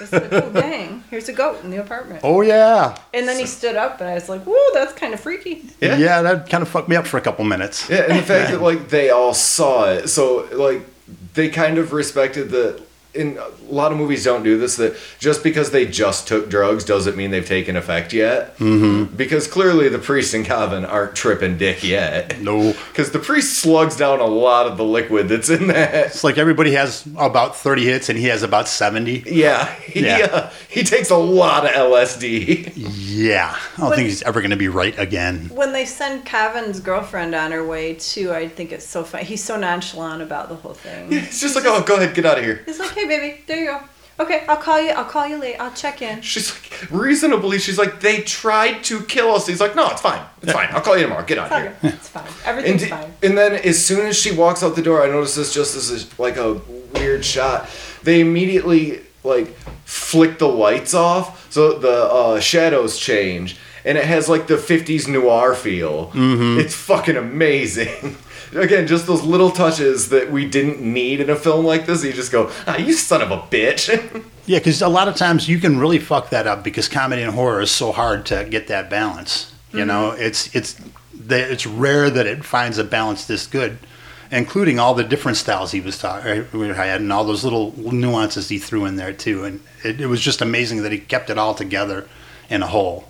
it's like, oh dang, here's a goat in the apartment.
Oh, yeah.
And then he stood up, and I was like, "Whoa, that's kind of freaky."
Yeah.
yeah. that kind of fucked me up for a couple minutes.
Yeah, and the fact that like they all saw it, so like they kind of respected the. In a lot of movies, don't do this. That just because they just took drugs doesn't mean they've taken effect yet. Mm-hmm. Because clearly, the priest and Coven aren't tripping dick yet.
No.
Because the priest slugs down a lot of the liquid that's in that.
It's like everybody has about 30 hits and he has about 70.
Yeah, he,
Yeah.
uh, he takes a lot of LSD.
Yeah. I don't
But-
think he's ever going to be right again.
When they send Kevin's girlfriend on her way too, I think it's so funny. He's so nonchalant about the whole thing.
It's just like, oh, go ahead, get out of here.
He's like, hey, baby, there you go. Okay, I'll call you. I'll call you late. I'll check in.
She's like, reasonably, she's like, they tried to kill us. He's like, no, it's fine. It's fine. I'll call you tomorrow. Get out of
Fuck it.
here.
It's fine.
And,
Everything's
d-
fine.
and then as soon as she walks out the door, I notice this just as a, like a weird shot. They immediately like flick the lights off, so the uh, shadows change, and it has like the '50s noir feel. It's fucking amazing. Again, just those little touches that we didn't need in a film like this. You just go, ah, you son of a bitch.
Yeah, because a lot of times you can really fuck that up because comedy and horror is so hard to get that balance. You know, it's it's that it's rare that it finds a balance this good, including all the different styles he was talking had and all those little nuances he threw in there too. And it, it was just amazing that he kept it all together in a whole.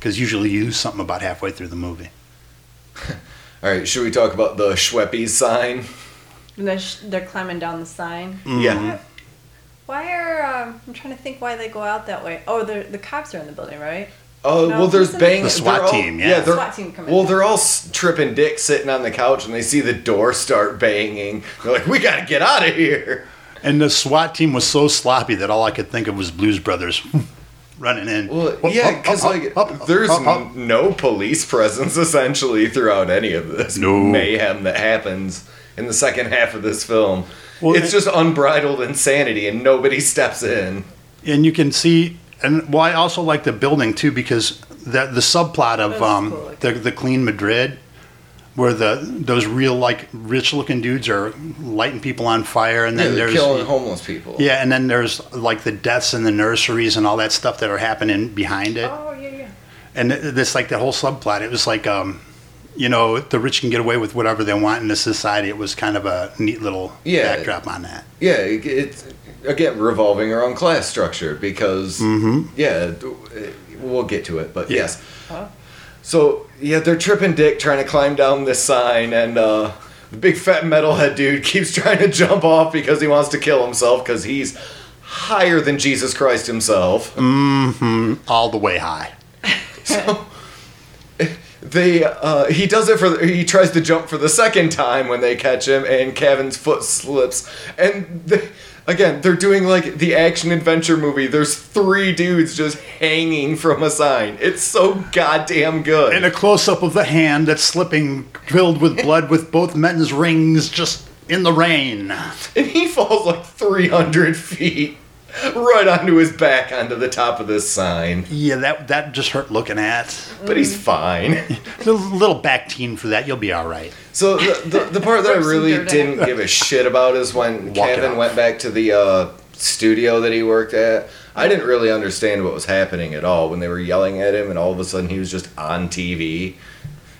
Because usually you lose something about halfway through the movie.
All right, should we talk about the Schweppes sign?
And they're, sh- they're climbing down the sign.
Yeah.
Why are um, I'm trying to think why they go out that way? Oh, the the cops are in the building, right?
Oh
No,
well, there's
who's in
bang.
it? The
SWAT
they're all-
team, yeah.
they're,
SWAT team come in.
well, they're all s- tripping dick sitting on the couch, and they see the door start banging. They're like, "We gotta get out of here."
And the SWAT team was so sloppy that all I could think of was Blues Brothers running in.
Well,
Up,
yeah,
up,
because
up,
like
up, up,
there's
up, up.
n- no police presence essentially throughout any of this
No.
mayhem that happens in the second half of this film.
Well,
it's
it-
just unbridled insanity, and nobody steps in.
and you can see and well i also like the building too because the the subplot of
That's
um
cool.
the, the clean madrid where the those real like rich looking dudes are lighting people on fire and
Yeah,
then
they're
there's e
killing homeless people.
yeah and then there's like the deaths in the nurseries and all that stuff that are happening behind it
Oh yeah, yeah.
and th- this like the whole subplot it was like um you know the rich can get away with whatever they want in this society it was kind of a neat little
Yeah.
backdrop on that
Yeah, it- it's again revolving around class structure because yeah, d- we'll get to it, but
Yeah.
yes.
Huh?
So yeah, they're tripping dick trying to climb down this sign, and uh, the big fat metalhead dude keeps trying to jump off because he wants to kill himself because he's higher than Jesus Christ himself.
all the way high
So they uh, he does it for he tries to jump for the second time when they catch him and Kevin's foot slips and they, again they're doing like the action adventure movie there's three dudes just hanging from a sign it's so goddamn good
And a close up of the hand that's slipping, filled with blood, with both men's rings just in the rain.
and he falls like 300 feet right onto his back onto the top of this sign
Yeah, that that just hurt looking at.
but he's fine
A little back teen for that, you'll be all right.
So the, the, the part that I
Rub some
really
dirt in
didn't give a shit about is when
Walk it
Kevin
off.
went back to the uh, studio that he worked at. I didn't really understand what was happening at all when they were yelling at him, and all of a sudden he was just on TV,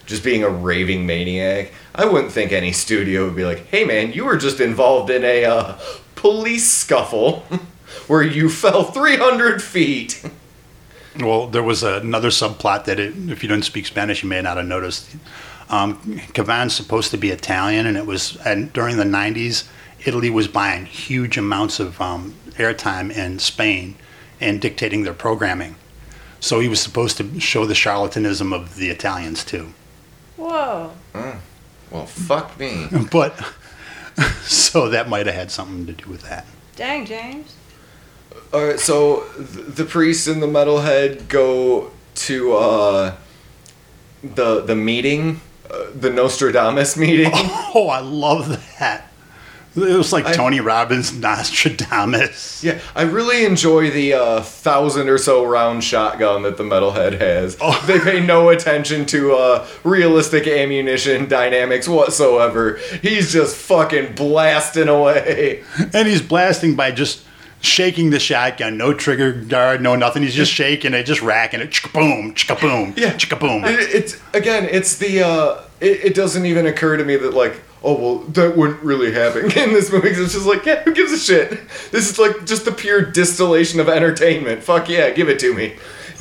just being a raving maniac. I wouldn't think any studio would be like, "Hey, man, you were just involved in a uh, police scuffle where you fell 300 feet."
Well, there was another subplot that, it, if you don't speak Spanish, you may not have noticed. Um, Cavan's supposed to be Italian, and it was and during the '90s, Italy was buying huge amounts of um, airtime in Spain and dictating their programming. So he was supposed to show the charlatanism of the Italians too.
Whoa.
Well, fuck me.
but so that might have had something to do with that.
Dang, James.
All right, so th- the priest and the metalhead go to uh, the the meeting, uh, the Nostradamus meeting.
Oh, I love that. It was like
I-
Tony Robbins, Nostradamus.
Yeah, I really enjoy the uh, thousand or so round shotgun that the metalhead has.
Oh.
They pay no attention to uh, realistic ammunition dynamics whatsoever. He's just fucking blasting away.
And he's blasting by just shaking the shotgun, no trigger guard, no nothing. He's just shaking it, just racking it. Chicka boom, chicka boom,
Yeah.
chicka boom.
It, it's again, it's the uh, it, it doesn't even occur to me that like, oh well, that wouldn't really happen in this movie. 'cause It's just like, yeah, who gives a shit? This is like just the pure distillation of entertainment. Fuck yeah, give it to me.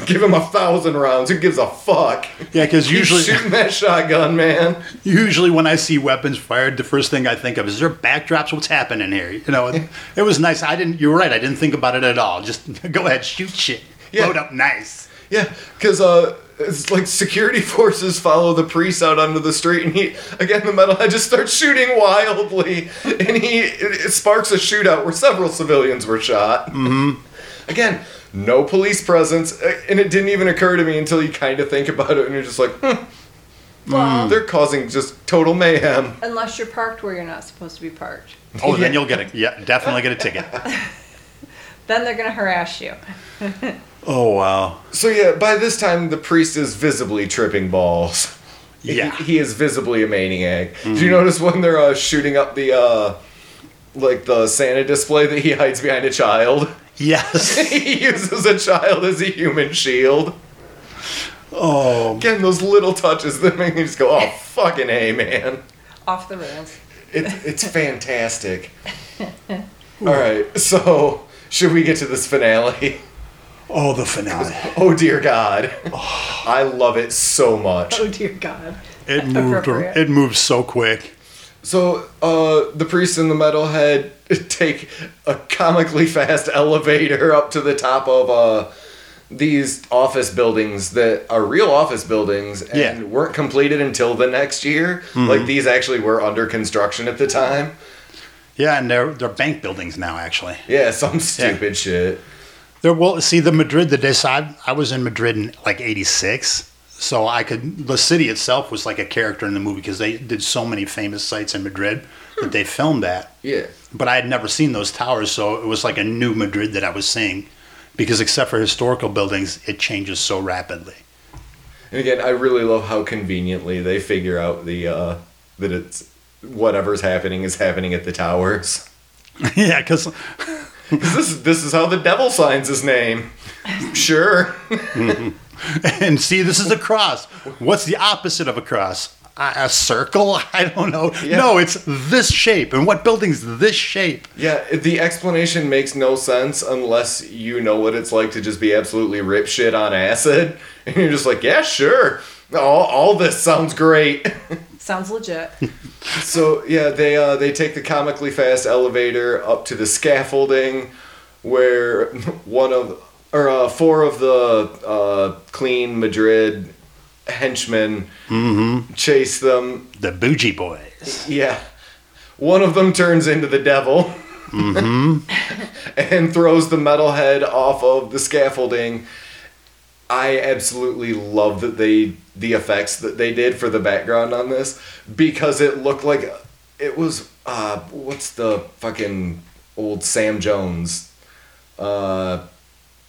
Give him a thousand rounds. Who gives a fuck?
Yeah, because
Keep
usually,
shooting that shotgun, man.
usually when I see weapons fired, the first thing I think of is there backdrops. What's happening here? You know, it, it was nice. I didn't. You're right. I didn't think about it at all. Just go ahead, shoot shit,
Yeah.
load up, nice.
Yeah, because uh, it's like security forces follow the priest out onto the street, and he again the metalhead just starts shooting wildly, and he it, it sparks a shootout where several civilians were shot. Mm-hmm. Again, no police presence, uh, and it didn't even occur to me until you kind of think about it, and you're just like, hmm,
Well,
they're causing just total mayhem.
unless you're parked where you're not supposed to be parked,
Oh, then you'll get a yeah, definitely get a ticket.
then they're gonna harass you.
Oh wow.
So yeah, by this time the priest is visibly tripping balls. He-
Yeah. Mm-hmm.
he, is visibly a maniac. Do you notice when they're uh, shooting up the uh, like the Santa display that he hides behind a child?
Yes.
he uses a child as a human shield.
Oh.
Again, those little touches that make me just go, "Oh fucking hey, man!"
Off the rails.
It, it's fantastic. All right, so should we get to this finale?
Oh, the finale.
Oh dear God, I love it so much.
Oh dear God.
It moved.
Appropriate.
It moved so quick.
So, uh, the priest and the metalhead take a comically fast elevator up to the top of uh, these office buildings that are real office buildings and
Yeah.
weren't completed until the next year. Like, these actually were under construction at the time.
Yeah, and they're they're bank buildings now. Actually,
Yeah, some stupid shit.
there. Well, see, the Madrid, the Desad. I was in Madrid in like '86, so I could. The city itself was like a character in the movie because they did so many famous sites in Madrid that they filmed at.
Yeah.
But I had never seen those towers, so it was like a new Madrid that I was seeing. Because except for historical buildings, it changes so rapidly.
And again, I really love how conveniently they figure out the uh, that it's whatever's happening is happening at the towers.
yeah, because
'Cause This this is how the devil signs his name. Sure.
and see, this is a cross. What's the opposite of a cross? A, a circle? I don't know.
Yeah.
No, it's this shape. And what building's this shape?
Yeah, the explanation makes no sense unless you know what it's like to just be absolutely rip shit on acid. And you're just like, yeah, sure. All, all this sounds great.
Sounds legit.
so yeah, they uh, they take the comically fast elevator up to the scaffolding, where one of or uh, four of the uh, clean Madrid henchmen chase them.
The Bougie Boys.
Yeah, one of them turns into the devil. and throws the metalhead off of the scaffolding. I absolutely love that they the effects that they did for the background on this because it looked like it was uh what's the fucking old Sam Jones uh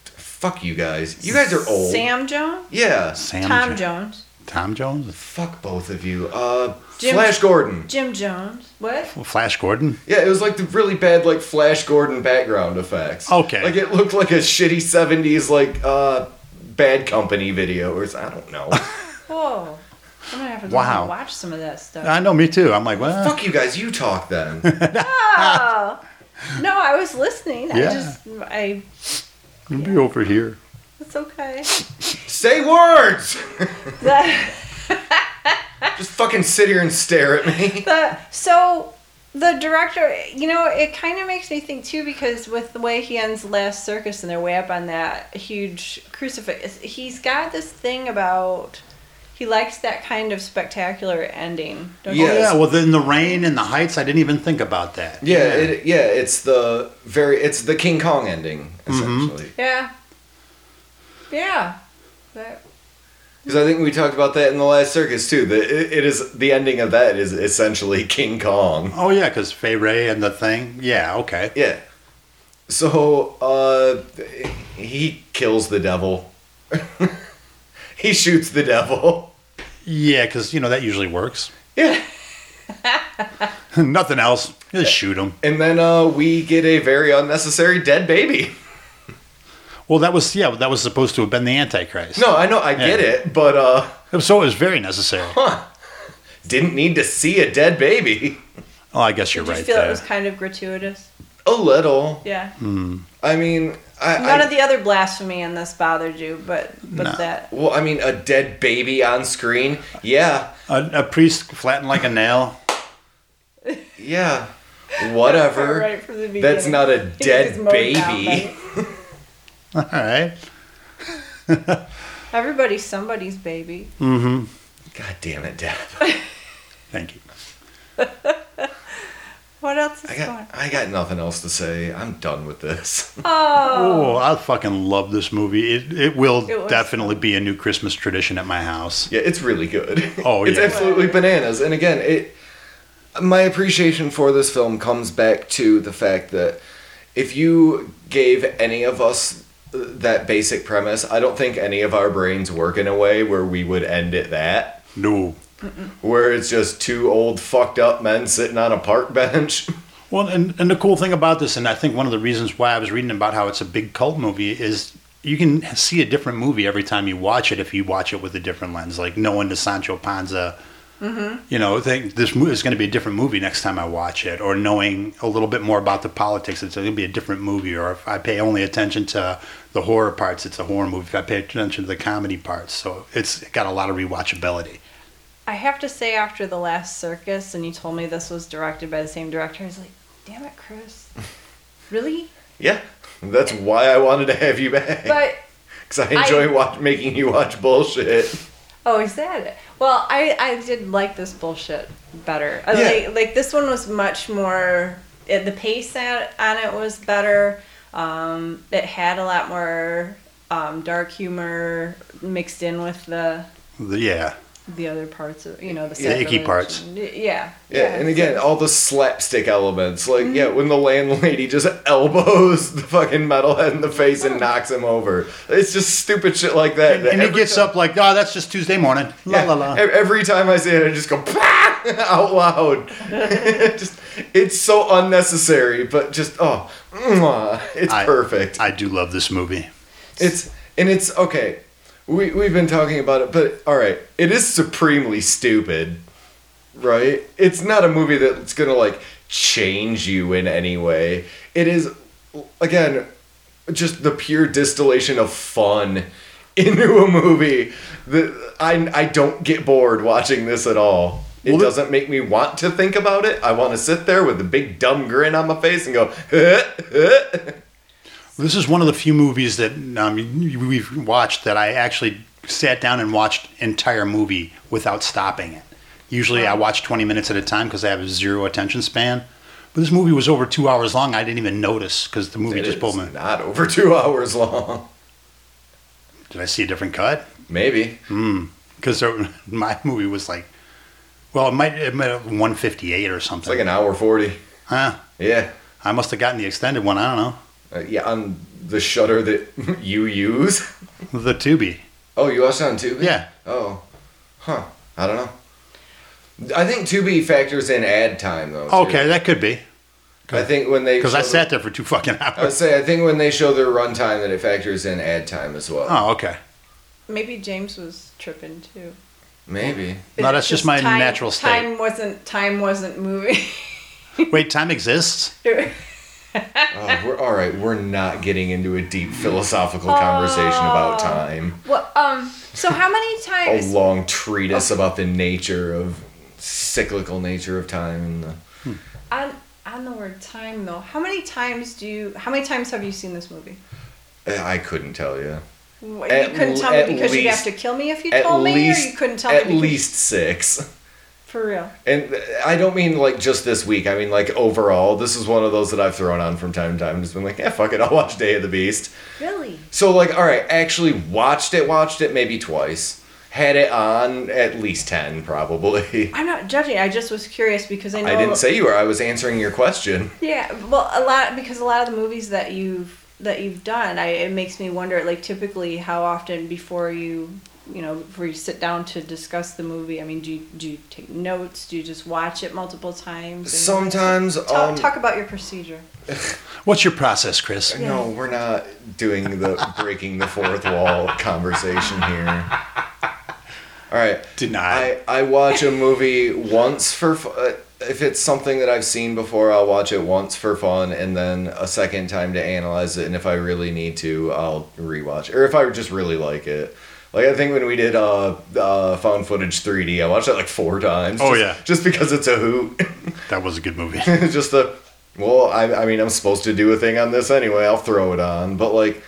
fuck you guys. You guys are old.
Sam Jones?
Yeah.
Sam
Tom
Jo-
Jones.
Tom Jones?
Fuck both of you. Uh
Jim-
Flash Gordon.
Jim Jones. What?
Flash Gordon?
Yeah, it was like the really bad like Flash Gordon background effects.
Okay.
Like it looked like a shitty seventies like uh bad company video or s- I don't know.
Whoa. I'm gonna Oh. have to
Wow.
watch some of that stuff.
I know, me too. I'm like, well,
Fuck you guys, you talk then.
Oh no, I was listening. I
Yeah.
just I
I'll be over here.
it's okay.
Say words!
That-
Just fucking sit here and stare at me.
the so the director you know it kind of makes me think too because with the way he ends last circus and they're way up on that huge crucifix he's got this thing about he likes that kind of spectacular ending don't
Yes.
you
Oh, Yeah, well, then the rain and the heights, I didn't even think about that.
Yeah, It, yeah, it's the very it's the King Kong ending, essentially.
yeah yeah that,
Because I think we talked about that in the last circus too. That it, it is the ending of that is essentially King Kong.
Oh, yeah, because Fay Ray and the thing. Yeah, okay.
Yeah. So uh he kills the devil. he shoots the devil.
Yeah, because, you know, that usually works.
Yeah.
Nothing else. Just shoot them.
And then uh we get a very unnecessary dead baby.
Well, that was, yeah, that was supposed to have been the Antichrist.
No, I know I get
Yeah.
it, but uh
So it was very necessary.
didn't need to see a dead baby.
Oh, I guess you're
did you
right
feel
there.
it was kind of gratuitous
A little.
yeah
I mean, I,
none
I
of the other blasphemy in this bothered you but but
No.
that
well, I mean, a dead baby on screen. Yeah,
a, a priest flattened like a nail.
yeah, whatever.
right from the beginning
That's not a
He
dead
was mowed down by
baby.
it.
All right.
everybody's somebody's baby
Hmm. God damn it, Dad.
Thank you.
What else is
I
going on?
got I got nothing else to say. I'm done with this.
Oh.
Oh, I fucking love this movie. It it will
It was
definitely be a new Christmas tradition at my house.
yeah, it's really good.
Oh,
it's
yeah.
absolutely bananas. And again, it my appreciation for this film comes back to the fact that if you gave any of us uh, that basic premise, I don't think any of our brains work in a way where we would end at that.
No.
where it's just two old fucked up men sitting on a park bench.
Well, and, and the cool thing about this, and I think one of the reasons why I was reading about how it's a big cult movie is you can see a different movie every time you watch it if you watch it with a different lens, like knowing the Sancho Panza. You know, think this movie is going to be a different movie next time I watch it, or knowing a little bit more about the politics, it's going to be a different movie. Or if I pay only attention to the horror parts, it's a horror movie. If I pay attention to the comedy parts, so it's got a lot of rewatchability.
I have to say, after the last circus, and you told me this was directed by the same director, I was like, damn it, Chris. Really?
Yeah, that's why I wanted to have you back.
But,
Because I enjoy
I-
watch, making you watch bullshit.
oh, is that it? Well, I, I did like this bullshit better. I
Yeah.
Like, like, this one was much more, it, the pace on, on it was better. Um, it had a lot more um, dark humor mixed in with the
The- yeah,
the other parts of you know the
The icky
sacrilege
parts.
and- yeah
Yeah, and again, all the slapstick elements. Like, yeah,
Mm-hmm.
when the landlady just elbows the fucking metalhead in the face and knocks him over. It's just stupid shit like that.
and, and he
Every
gets
time-
up like, oh, that's just Tuesday morning. La
yeah,
la la.
ev- Every time I see it, I just go "Pah!" out loud. just, it's so unnecessary, but just oh, mwah, it's
I-
perfect.
I do love this movie.
It's and it's okay. We we've been talking about it, but all right, it is supremely stupid, right? It's not a movie that's gonna like change you in any way. It is again just the pure distillation of fun into a movie that I I don't get bored watching this at all. It
Well, the-
doesn't make me want to think about it. I want to sit there with a big dumb grin on my face and go, "Huh, huh."
This is one of the few movies that um, we've watched that I actually sat down and watched entire movie without stopping it. Usually I watch 20 minutes at a time because I have a zero attention span. But this movie was over two hours long. I didn't even notice because the movie
It
just
is
pulled me.
not over two hours long.
Did I see a different cut?
Maybe.
Because my movie was like, well, it might, it might have 158 or
It's
something.
like an hour 40.
huh?
Yeah.
I must have gotten the extended one. I don't
Uh, yeah, on the shutter that you use.
know. The Tubi.
Oh, you watched it on Tubi?
Yeah.
Oh. Huh. I don't know. I think Tubi factors in ad time, though. too.
Okay, that could be.
I think when they.
Because I
show the-
sat there for two fucking
I would
hours.
say, I think when they show their runtime, that it factors in ad time as well.
Oh, okay.
maybe james was tripping too
Maybe.
No, that's just my
time-
natural state.
Time wasn't time wasn't moving.
Wait, time exists?
Oh, we're, all right, we're not getting into a deep philosophical conversation about time.
well, um. So how many
A
times?
long treatise about the nature of cyclical nature of time and the
on on the word time though, how many times do you? How many times have you seen this movie?
eh, I couldn't tell you.
You
At
couldn't
l-
tell me
at
because you'd have
least-
to kill me if you
At
told
least,
me, or you couldn't tell
at
me. because-
least six.
for real.
And I don't mean like just this week. I mean like overall. This is one of those that I've thrown on from time to time. Just been like, yeah, fuck it. I'll watch Day of the Beast.
Really?
So like, all right, actually watched it. Watched it maybe twice. Had it on at least ten, probably.
I'm not judging. I just was curious because I know.
I didn't say you were. I was answering your question.
Yeah, well, a lot because a lot of the movies that you've that you've done, I it makes me wonder like typically how often before you you know before you sit down to discuss the movie. I mean, do you, do you take notes? Do you just watch it multiple times? and-
Sometimes,
Talk,
um,
talk about your procedure.
What's your process, Chris?
no, we're not doing the breaking the fourth wall conversation here. All right.
Deny.
I, I watch a movie once for fu- uh, if it's something that I've seen before, I'll watch it once for fun and then a second time to analyze it. And if I really need to, I'll rewatch, or if I just really like it. Like I think when we did uh, uh found footage 3D, I watched that like four times.
Oh,
just-
yeah.
just because it's a hoot.
that was a good movie.
just the well, I I mean I'm supposed to do a thing on this anyway. I'll throw it on, but like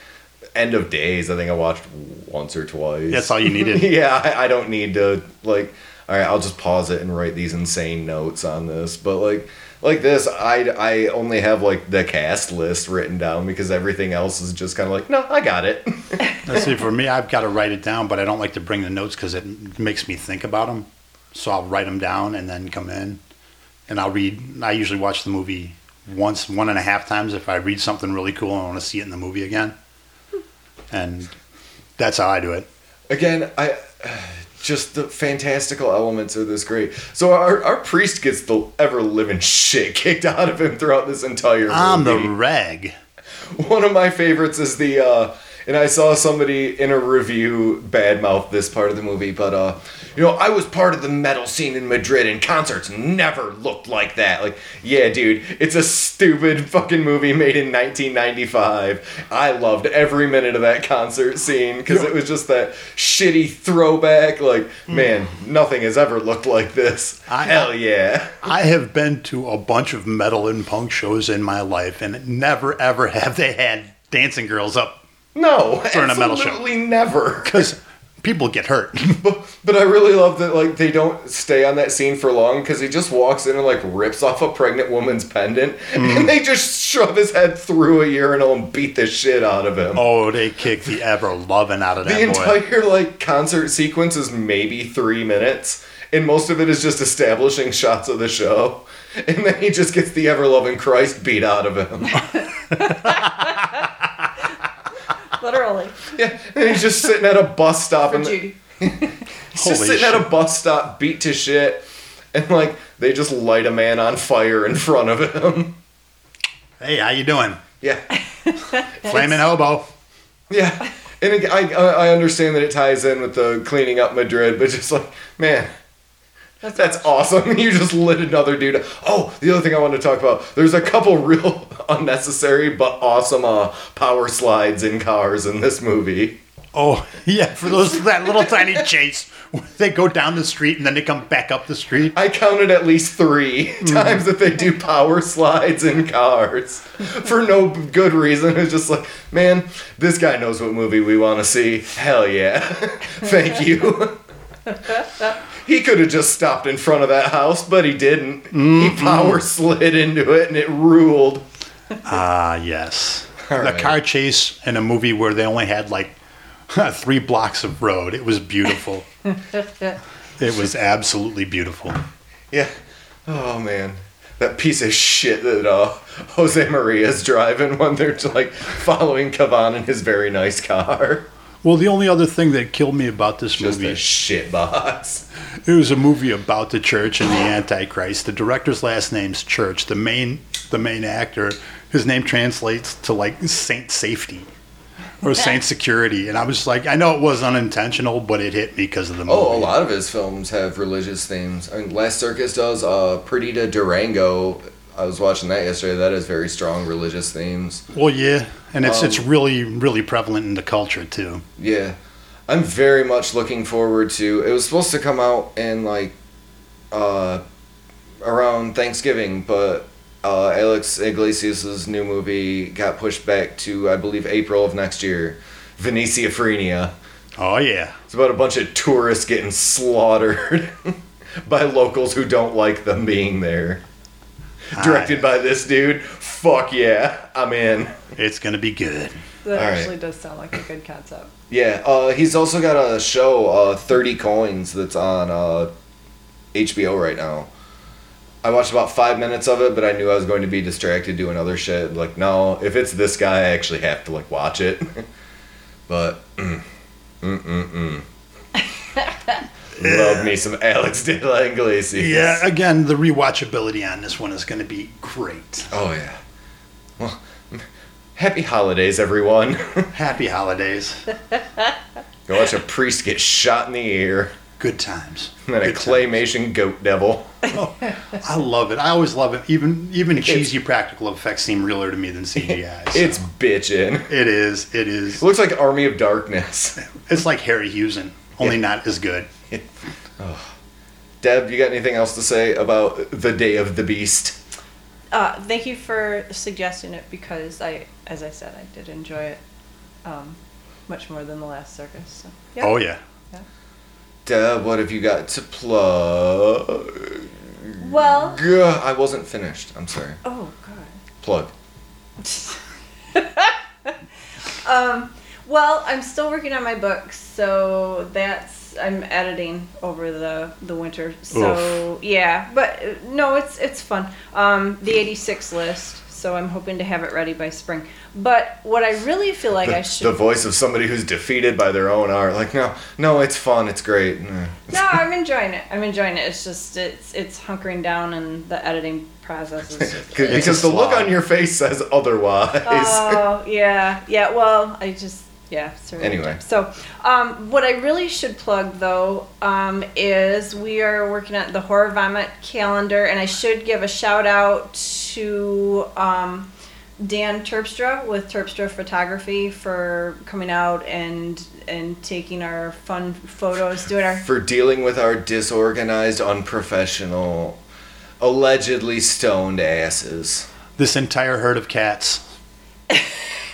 end of days, I think I watched once or twice
That's all you needed.
yeah, I, I don't need to like. All right, I'll just pause it and write these insane notes on this. But like, Like this, I I only have like the cast list written down because everything else is just kind of like, no, I got it.
Let's see, for me, I've got to write it down, but I don't like to bring the notes because it makes me think about them. So I'll write them down and then come in and I'll read. I usually watch the movie once, one and a half times if I read something really cool and I want to see it in the movie again. And that's how I do it.
Again, I just the fantastical elements of this great. So our, our priest gets the ever living shit kicked out of him throughout this entire
I'm the
movie.
reg.
One of my favorites is the uh and I saw somebody in a review badmouth this part of the movie, but uh you know, I was part of the metal scene in Madrid and concerts never looked like that. Like, yeah, dude, it's a stupid fucking movie made in 1995. I loved every minute of that concert scene cuz it was just that shitty throwback like, man, nothing has ever looked like this.
Hmm. I-
Hell yeah.
I have been to a bunch of metal and punk shows in my life, and never ever have they had dancing girls up
No,
Throwing a metal show.
absolutely never.
because people get hurt.
But, but I really love that like they don't stay on that scene for long because he just walks in and like rips off a pregnant woman's pendant
Mm.
and they just shove his head through a urinal and beat the shit out of him.
oh, they kick the ever loving out of that
the
boy.
entire like concert sequence is maybe three minutes and most of it is just establishing shots of the show and then he just gets the ever loving Christ beat out of him.
Literally.
yeah, and he's just sitting at a bus stop
For
and
Judy.
He's just
Holy
sitting at
shit.
a bus stop, beat to shit, and like they just light a man on fire in front of him.
hey, how you doing?
Yeah,
Flaming elbow.
yeah. And it, I I I understand that it ties in with the cleaning up Madrid, but just like man,
That's-
that's awesome. You just lit another dude. Oh, the other thing I wanted to talk about. There's a couple real unnecessary but awesome uh, power slides in cars in this movie.
Oh yeah, for those that little tiny chase, where they go down the street and then they come back up the street.
I counted at least three times that they do power slides in cars for no good reason. It's just like, man, this guy knows what movie we want to see. Hell yeah. Thank you. he could have just stopped in front of that house, but he didn't. He power slid into it and it ruled.
Ah yes,
All
the
right.
car chase in a movie where they only had like three blocks of road. It was beautiful. it was absolutely beautiful.
Yeah. Oh, man. That piece of shit that uh, Jose Maria's driving when they're like following Cavan in his very nice car.
Well, the only other thing that killed me about this
Just
movie,
a shit box.
it was a movie about the church and the Antichrist. The director's last name's Church. The main, the main actor, his name translates to like Saint Safety or Saint Security, and I was like, I know it was unintentional, but it hit me because of the movie.
Oh, a lot of his films have religious themes. I mean, Last Circus does. Uh, Pretty to Durango. I was watching that yesterday. That has very strong religious themes.
Well, yeah, and it's
Um,
it's really really prevalent in the culture too.
Yeah, I'm very much looking forward to. It was supposed to come out in like, uh, around Thanksgiving, but uh, Alex Iglesias' new movie got pushed back to I believe April of next year. Venetia Frenia.
Oh yeah,
It's about a bunch of tourists getting slaughtered by locals who don't like them being there. Directed by this dude. Fuck yeah, I'm in.
it's gonna be good.
That
All right.
actually does sound like a good concept.
Yeah, uh, he's also got a show, uh, 30 Coins, that's on uh, HBO right now. I watched about five minutes of it, but I knew I was going to be distracted doing other shit. Like, no, if it's this guy, I actually have to like watch it. but, mm, mm, mm, mm. Love me some Alex de la Iglesias.
Yeah, again, the rewatchability on this one is gonna be great.
Oh yeah. Well, happy holidays, everyone.
Happy holidays,
Go watch a priest get shot in the ear,
good times.
and then a
Good
claymation goat devil.
times. I love it. I always love it. Even even cheesy practical effects seem realer to me than CGI. so.
It's bitchin'.
it is it is.
Looks like Army of Darkness.
It's like Harry Hewson, only
Yeah.
not as good.
Deb, you got anything else to say about the Day of the Beast?
Uh, thank you for suggesting it because I, as I said, I did enjoy it um, much more than the last circus. So. Yeah.
Oh yeah.
Deb, what have you got to plug?
Well,
Gah, I wasn't finished. I'm sorry.
oh god.
Plug.
um, well, I'm still working on my book, so that's I'm editing over the the winter. So yeah, but uh, no, it's it's fun. Um, the 86 list. So I'm hoping to have it ready by spring. But what I really feel like I
The, the
should.
voice of somebody who's defeated by their own art. Like, no, no, it's fun. It's great. Mm.
No, I'm enjoying it. I'm enjoying it. It's just it's it's hunkering down, and the editing process is. just-
a
Because the look
slog.
on your face says otherwise.
Oh yeah, yeah. Well, I just yeah. Sorry.
Anyway.
so um, what I really should plug though um, is we are working on the horror vomit calendar, and I should give a shout out to um, Dan Terpstra with Terpstra Photography for coming out and and taking our fun photos, doing our
for dealing with our disorganized, unprofessional, allegedly stoned asses.
This entire herd of cats.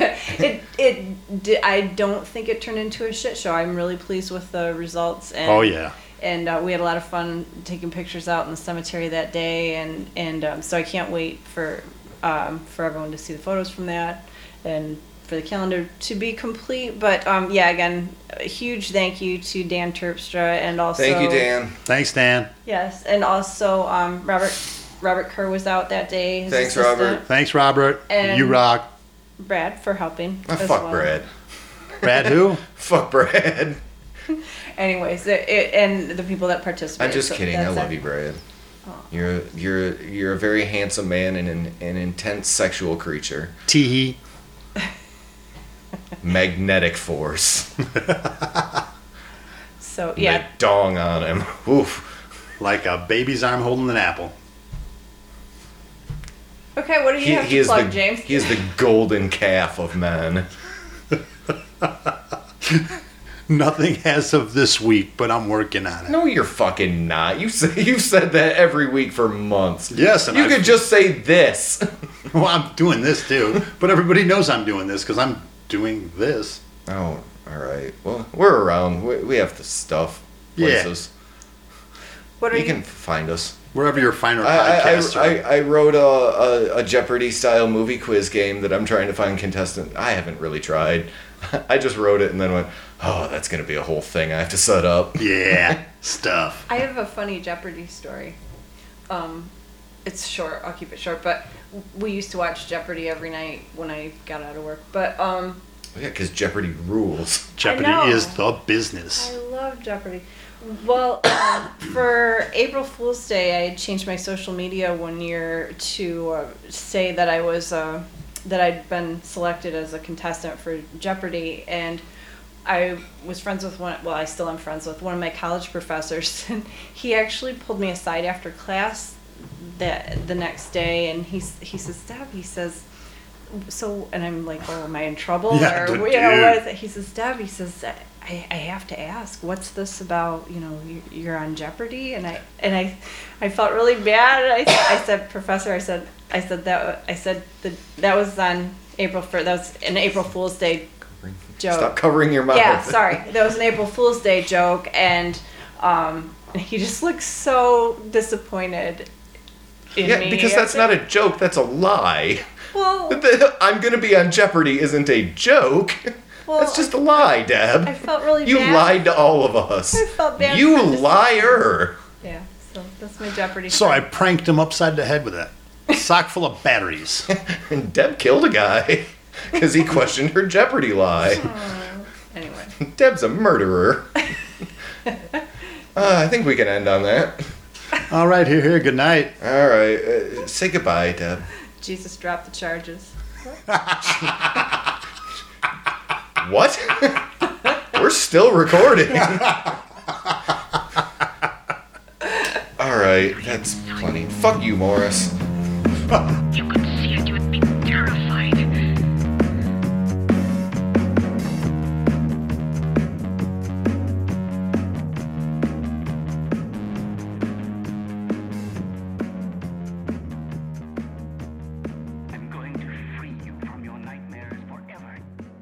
it it di I don't think it turned into a shit show. I'm really pleased with the results. And,
Oh, yeah.
And uh, we had a lot of fun taking pictures out in the cemetery that day, and and um, so I can't wait for um, for everyone to see the photos from that, and for the calendar to be complete. But um, yeah, again, a huge thank you to Dan Terpstra and also
Thank you, Dan.
Thanks, Dan.
Yes, and also um, Robert Robert Kerr was out that day. his
Thanks,
assistant,
Robert.
Thanks, Robert.
And-
you rock.
Brad for helping.
Ah,
as
fuck
well.
Brad.
Brad, who?
Fuck Brad.
Anyways, it, it, and the people that
I'm
participated.
just
so
kidding. I
that's
love
it.
you, Brad. You're you're you're a very handsome man and an, an intense sexual creature.
Teehee.
Magnetic force.
So yeah,
Like dong on him. Oof.
Like a baby's arm holding an apple.
okay. What do you
He,
have
he
to
is
plug,
the
James?
he is the golden calf of men.
Nothing as of this week, but I'm working on it.
No, you're fucking not. You say you've said that every week for months.
Yes, and
you
I-
could just say this.
Well, I'm doing this too, but everybody knows I'm doing this because I'm doing this.
Oh, all right. Well, we're around. We, we have the stuff.
Yeah.
Places.
What are
You
you?
can find us.
Wherever your finer
I, I,
podcasts
I,
are.
I wrote a, a, a Jeopardy style movie quiz game that I'm trying to find contestant. I haven't really tried. I just wrote it and then went, oh, that's going to be a whole thing I have to set up.
yeah, stuff.
I have a funny Jeopardy story. Um, it's short. I'll keep it short. But we used to watch Jeopardy every night when I got out of work. But um,
Yeah, because Jeopardy rules.
know.
Jeopardy is the
I
business.
love Jeopardy. Well, um, for April Fool's Day, I had changed my social media one year to uh, say that I was uh, that I'd been selected as a contestant for Jeopardy, and I was friends with one. Well, I still am friends with one of my college professors, and he actually pulled me aside after class that the next day, and he s- he says, "Deb," he says. So and I'm like, oh, am I in trouble?
Yeah,
or
dude.
you know, what is it? He says, Deb. He says, I, I have to ask, what's this about? You know, you- you're on Jeopardy, and I and I, I felt really bad. And I, I said, Professor, I said, I said that I said that that was on April first. That was an April Fool's Day joke.
Stop covering your mouth.
Yeah, sorry. That was an April Fool's Day joke, and um, he just looks so disappointed. In
Yeah,
me.
because that's not a joke, that's a lie.
well.
I'm going to be on Jeopardy isn't a joke.
Well,
that's just a lie, Deb.
I felt really
you
bad.
lied to all of us.
I felt bad
You
for just-
liar.
Yeah, so that's my Jeopardy.
So
story.
I pranked him upside the head with a sock full of batteries.
And Deb killed a guy because he questioned her Jeopardy lie.
Anyway,
Deb's a murderer. Uh, I think we can end on that.
All right, here, here. Good night.
All right. Uh, say goodbye, Deb.
Jesus dropped the charges.
What? We're still recording. All right. That's plenty. Fuck you, Morris.
You could